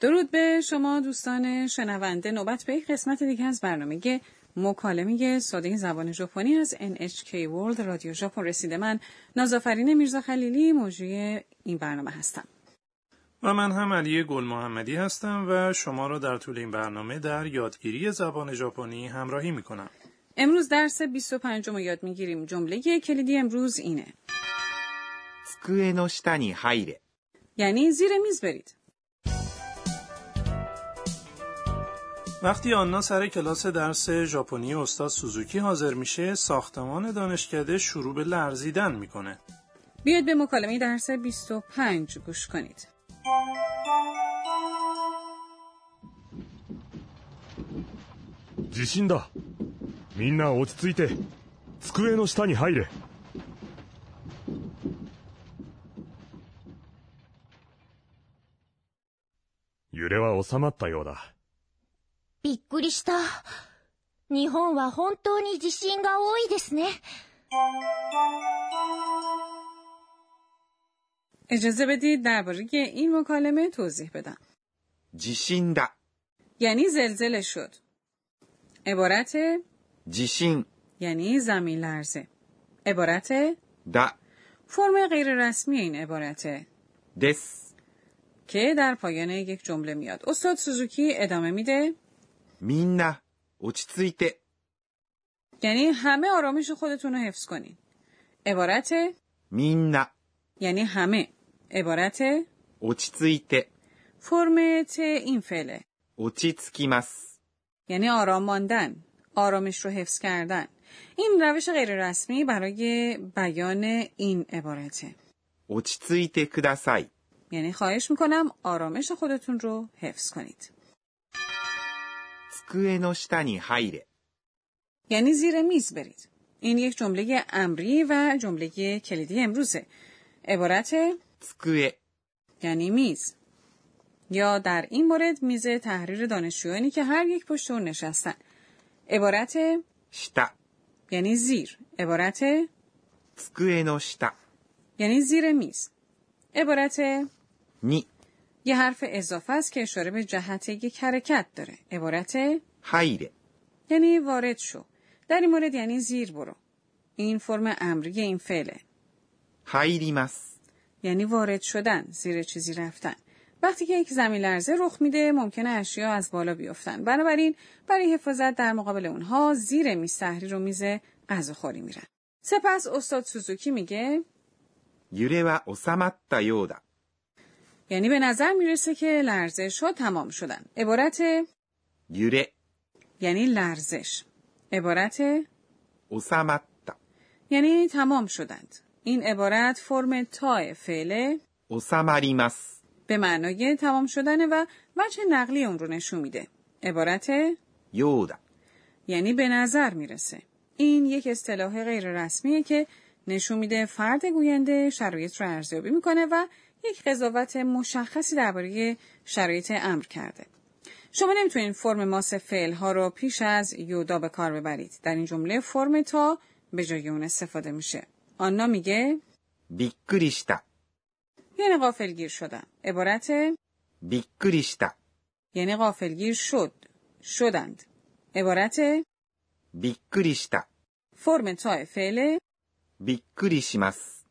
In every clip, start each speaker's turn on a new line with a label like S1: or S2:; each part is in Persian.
S1: درود به شما دوستان شنونده نوبت به یک قسمت دیگه از برنامه مکالمه ساده زبان ژاپنی از NHK World رادیو ژاپن رسیده من نازافرین میرزا خلیلی موجوی این برنامه هستم
S2: و من هم علی گل محمدی هستم و شما را در طول این برنامه در یادگیری زبان ژاپنی همراهی می کنم.
S1: امروز درس 25 رو یاد میگیریم جمله کلیدی امروز اینه
S3: 机の下に入れ。
S1: یعنی زیر میز برید
S2: وقتی آنا سر کلاس درس ژاپنی استاد سوزوکی حاضر میشه، ساختمان دانشکده شروع به لرزیدن میکنه.
S1: بیاید به مکالمه درس 25 گوش کنید
S4: 地震だみんな落ち着いて机の下に入れ揺れは収まったようだ
S5: びっくりした。日本は本当に地震が多いですね。
S1: اجازه بدید درباره این مکالمه توضیح بدم
S3: 地震だ。
S1: یعنی زلزله شد عبارت
S3: 地震
S1: یعنی زمین لرزه عبارت
S3: だ。
S1: فرم غیر رسمی این عبارته
S3: です。
S1: که در پایان یک جمله میاد استاد سوزوکی ادامه میده
S3: みんな落ち着いて
S1: یعنی همه آرامش خودتون رو حفظ کنین عبارت
S3: みんな
S1: یعنی همه عبارت
S3: 落ち着いて
S1: فرم ت این فعله
S3: 落ち着きます。
S1: یعنی آرام ماندن آرامش رو حفظ کردن این روش غیر رسمی برای بیان این عبارته
S3: 落ち着いてください。
S1: یعنی خواهش میکنم آرامش خودتون رو حفظ کنید
S3: 机の下に入れ。
S1: یعنی زیر میز برید این یک جمله امری و جمله کلیدی امروزه عبارت
S3: 机
S1: یعنی میز یا در این مورد میز تحریر دانشجویانی که هر یک پشت اون نشستن عبارت
S3: 下。
S1: یعنی زیر عبارت
S3: 机の下
S1: یعنی زیر میز عبارت
S3: に
S1: یه حرف اضافه است که اشاره به جهت یک حرکت داره عبارت
S3: 入れ。
S1: یعنی وارد شو در این مورد یعنی زیر برو این فرم امری این فعله
S3: 入ります。
S1: یعنی وارد شدن زیر چیزی رفتن وقتی که یک زمین لرزه رخ میده ممکنه اشیا از بالا بیفتن بنابراین برای حفاظت در مقابل اونها زیر میز تحریر و میز غذاخوری میرن سپس استاد سوزوکی میگه
S3: 揺れは収まったようだ。
S1: یعنی به نظر میرسه که لرزش ها تمام شدن عبارت
S3: 揺れ、
S1: یعنی لرزش عبارت
S3: 収まった。
S1: یعنی تمام شدند این عبارت فرم تا فعله
S3: 収まります。
S1: به معنای تمام شدنه و وجه نقلی اون رو نشون میده عبارت
S3: ようだ。
S1: یعنی به نظر میرسه. این یک اصطلاح غیر رسمیه که نشون میده فرد گوینده شرایط رو ارزیابی میکنه و یک قضاوت مشخصی درباره شرایط امر کرده. شما نمیتونید فرم ماس فعل ها رو پیش از یودا به کار ببرید. در این جمله فرم تا به جای اون استفاده میشه. آنا میگه
S3: びっくりした。
S1: یعنی غافلگیر شدم. عبارت
S3: びっくりした。
S1: یعنی غافلگیر شد. شدند. عبارت
S3: びっくりした。
S1: فرم تا فعله
S3: びっくりします。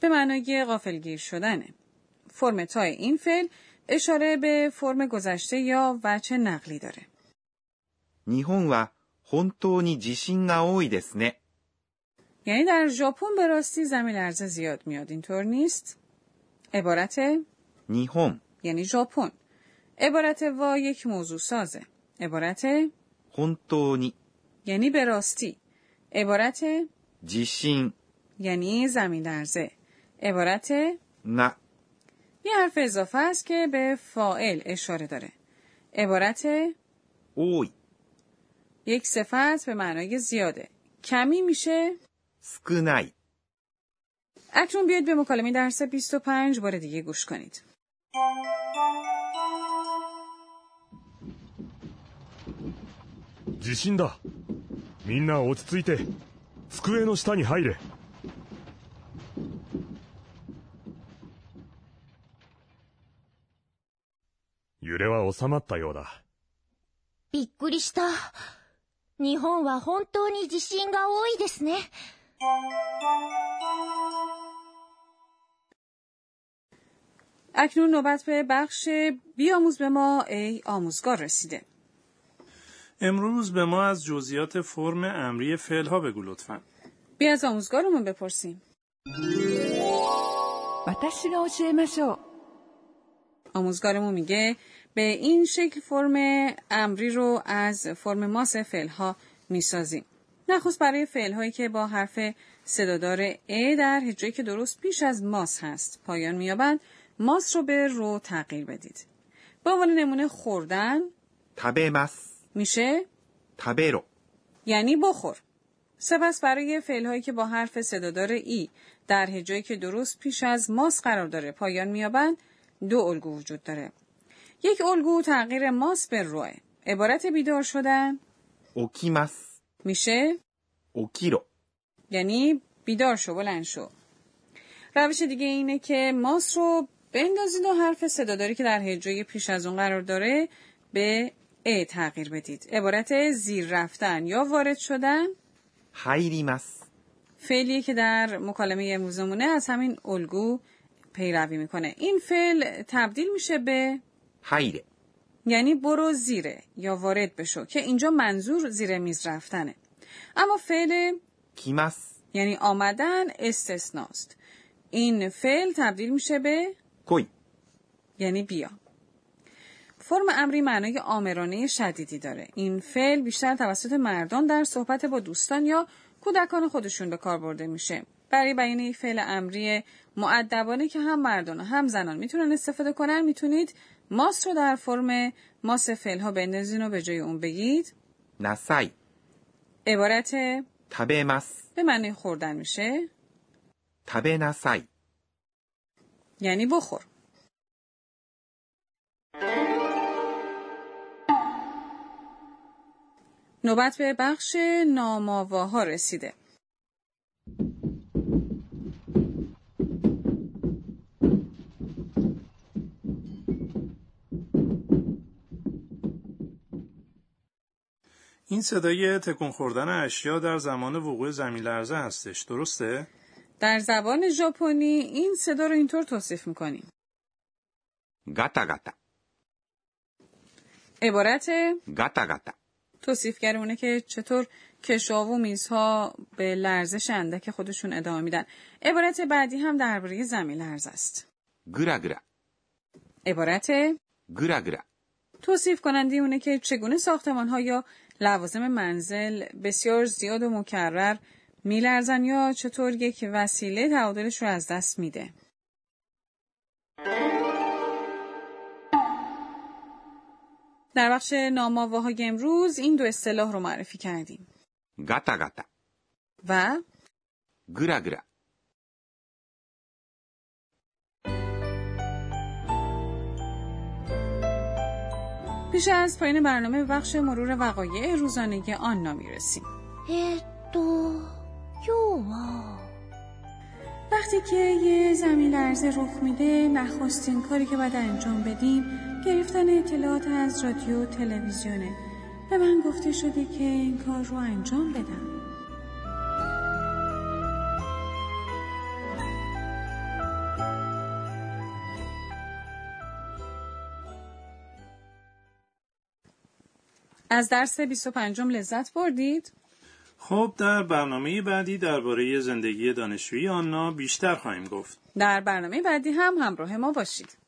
S1: به معنای غافلگیر شدنه. فرم تا این فعل اشاره به فرم گذشته یا وچه نقلی داره.
S3: 日本は本当に地震が多いですね。
S1: یعنی در ژاپن به راستی زمین لرزه زیاد میاد اینطور نیست؟ عبارت
S3: 日本、
S1: یعنی ژاپن. عبارت وا یک موضوع سازه. عبارت
S3: 本当に
S1: یعنی به راستی. عبارت
S3: 地震
S1: یعنی زمین لرزه. عبارت
S3: が
S1: یه حرف اضافه است که به فاعل اشاره داره. عبارت
S3: 多い、
S1: یک صفت به معنای زیاده کمی میشه
S3: 少ない、
S1: اکنون بیاید به مکالمه درس 25 بار دیگه گوش کنید
S4: 地震だみんな落ち着いて机の下に入れ揺れはは収まったようだ。
S5: びっくりした。日本は本当に地震が多いですね。
S1: اکنون نوبت به بخش بیاموز به ما ای آموزگار رسیده.
S2: امروز به ما از جزئیات فرم امری فعل ها بگو لطفا.
S1: بیا از آموزگارمون بپرسیم.
S6: 私が教えましょう
S1: آموزگارمون میگه به این شکل فرم امری رو از فرم ماس فعل ها میسازیم. نخست برای فعل هایی که با حرف صدادار ا در هجایی که درست پیش از ماس هست پایان مییابند ماس رو به رو تغییر بدید. با عنوان نمونه خوردن
S3: 食べます。
S1: میشه
S3: 食べろ。
S1: یعنی بخور. سپس برای فعل هایی که با حرف صدادار ای در هجایی که درست پیش از ماس قرار داره پایان مییابند دو الگو وجود داره. یک الگو تغییر ماس به روه. عبارت بیدار شدن
S3: 起きます。
S1: میشه
S3: 起きろ。
S1: یعنی بیدار شو بلند شو. روش دیگه اینه که ماس رو بندازید و حرف صداداری که در هجای پیش از اون قرار داره به ا تغییر بدید. عبارت زیر رفتن یا وارد شدن
S3: 入ります。
S1: فعلیه که در مکالمه امروزمونه از همین الگو پیروی میکنه. این فعل تبدیل میشه به
S3: 入れ。
S1: یعنی برو زیره یا وارد بشو که اینجا منظور زیر میز رفتنه. اما فعل
S3: 来ます。
S1: یعنی آمدن استثناست. این فعل تبدیل میشه به
S3: 来い。
S1: یعنی بیا. فرم امری معنای آمرانه شدیدی داره. این فعل بیشتر توسط مردان در صحبت با دوستان یا کودکان خودشون به کار برده میشه. برای بیان این فعل امری معدبانه که هم مردان و هم زنان میتونن استفاده کنن میتونید ماس رو در فرم ماس فعل ها بندازین و به جای اون بگید
S3: なさい。
S1: عبارت
S3: 食べます。
S1: به معنی خوردن میشه
S3: 食べなさい。
S1: یعنی بخور. نوبت به بخش نامآواها رسیده.
S2: این صدای تکون خوردن اشیا در زمان وقوع زمین لرزه هستش درسته؟
S1: در زبان ژاپنی این صدا رو اینطور توصیف میکنیم.
S3: ガタガタ。
S1: عبارت
S3: ガタガタ。
S1: توصیفگر اونه که چطور کشاو و میزها به لرزش اندک خودشون ادامه میدن. عبارت بعدی هم درباره زمین لرزه است.
S3: ぐらぐら。
S1: عبارت
S3: ぐらぐら。
S1: توصیف کننده اونه که چگونه ساختمان ها یا لوازم منزل بسیار زیاد و مکرر میلرزن یا چطور یک وسیله تعادلش رو از دست میده. در بخش نامآواهای امروز این دو اصطلاح رو معرفی کردیم
S3: ガタガタ。
S1: و
S3: ぐらぐら。
S1: پیش از پایین برنامه به بخش مرور وقایع روزانه آنا میرسیم.
S5: えーっと、今日は、
S1: وقتی که یه زمین لرزه رخ میده نخستین کاری که باید انجام بدیم گرفتن اطلاعات از رادیو و تلویزیونه به من گفته شده که این کار رو انجام بدم از درس 25 لذت بردید؟
S2: خب در برنامه بعدی درباره زندگی دانشجویی آنا بیشتر خواهیم گفت.
S1: در برنامه بعدی هم همراه ما باشید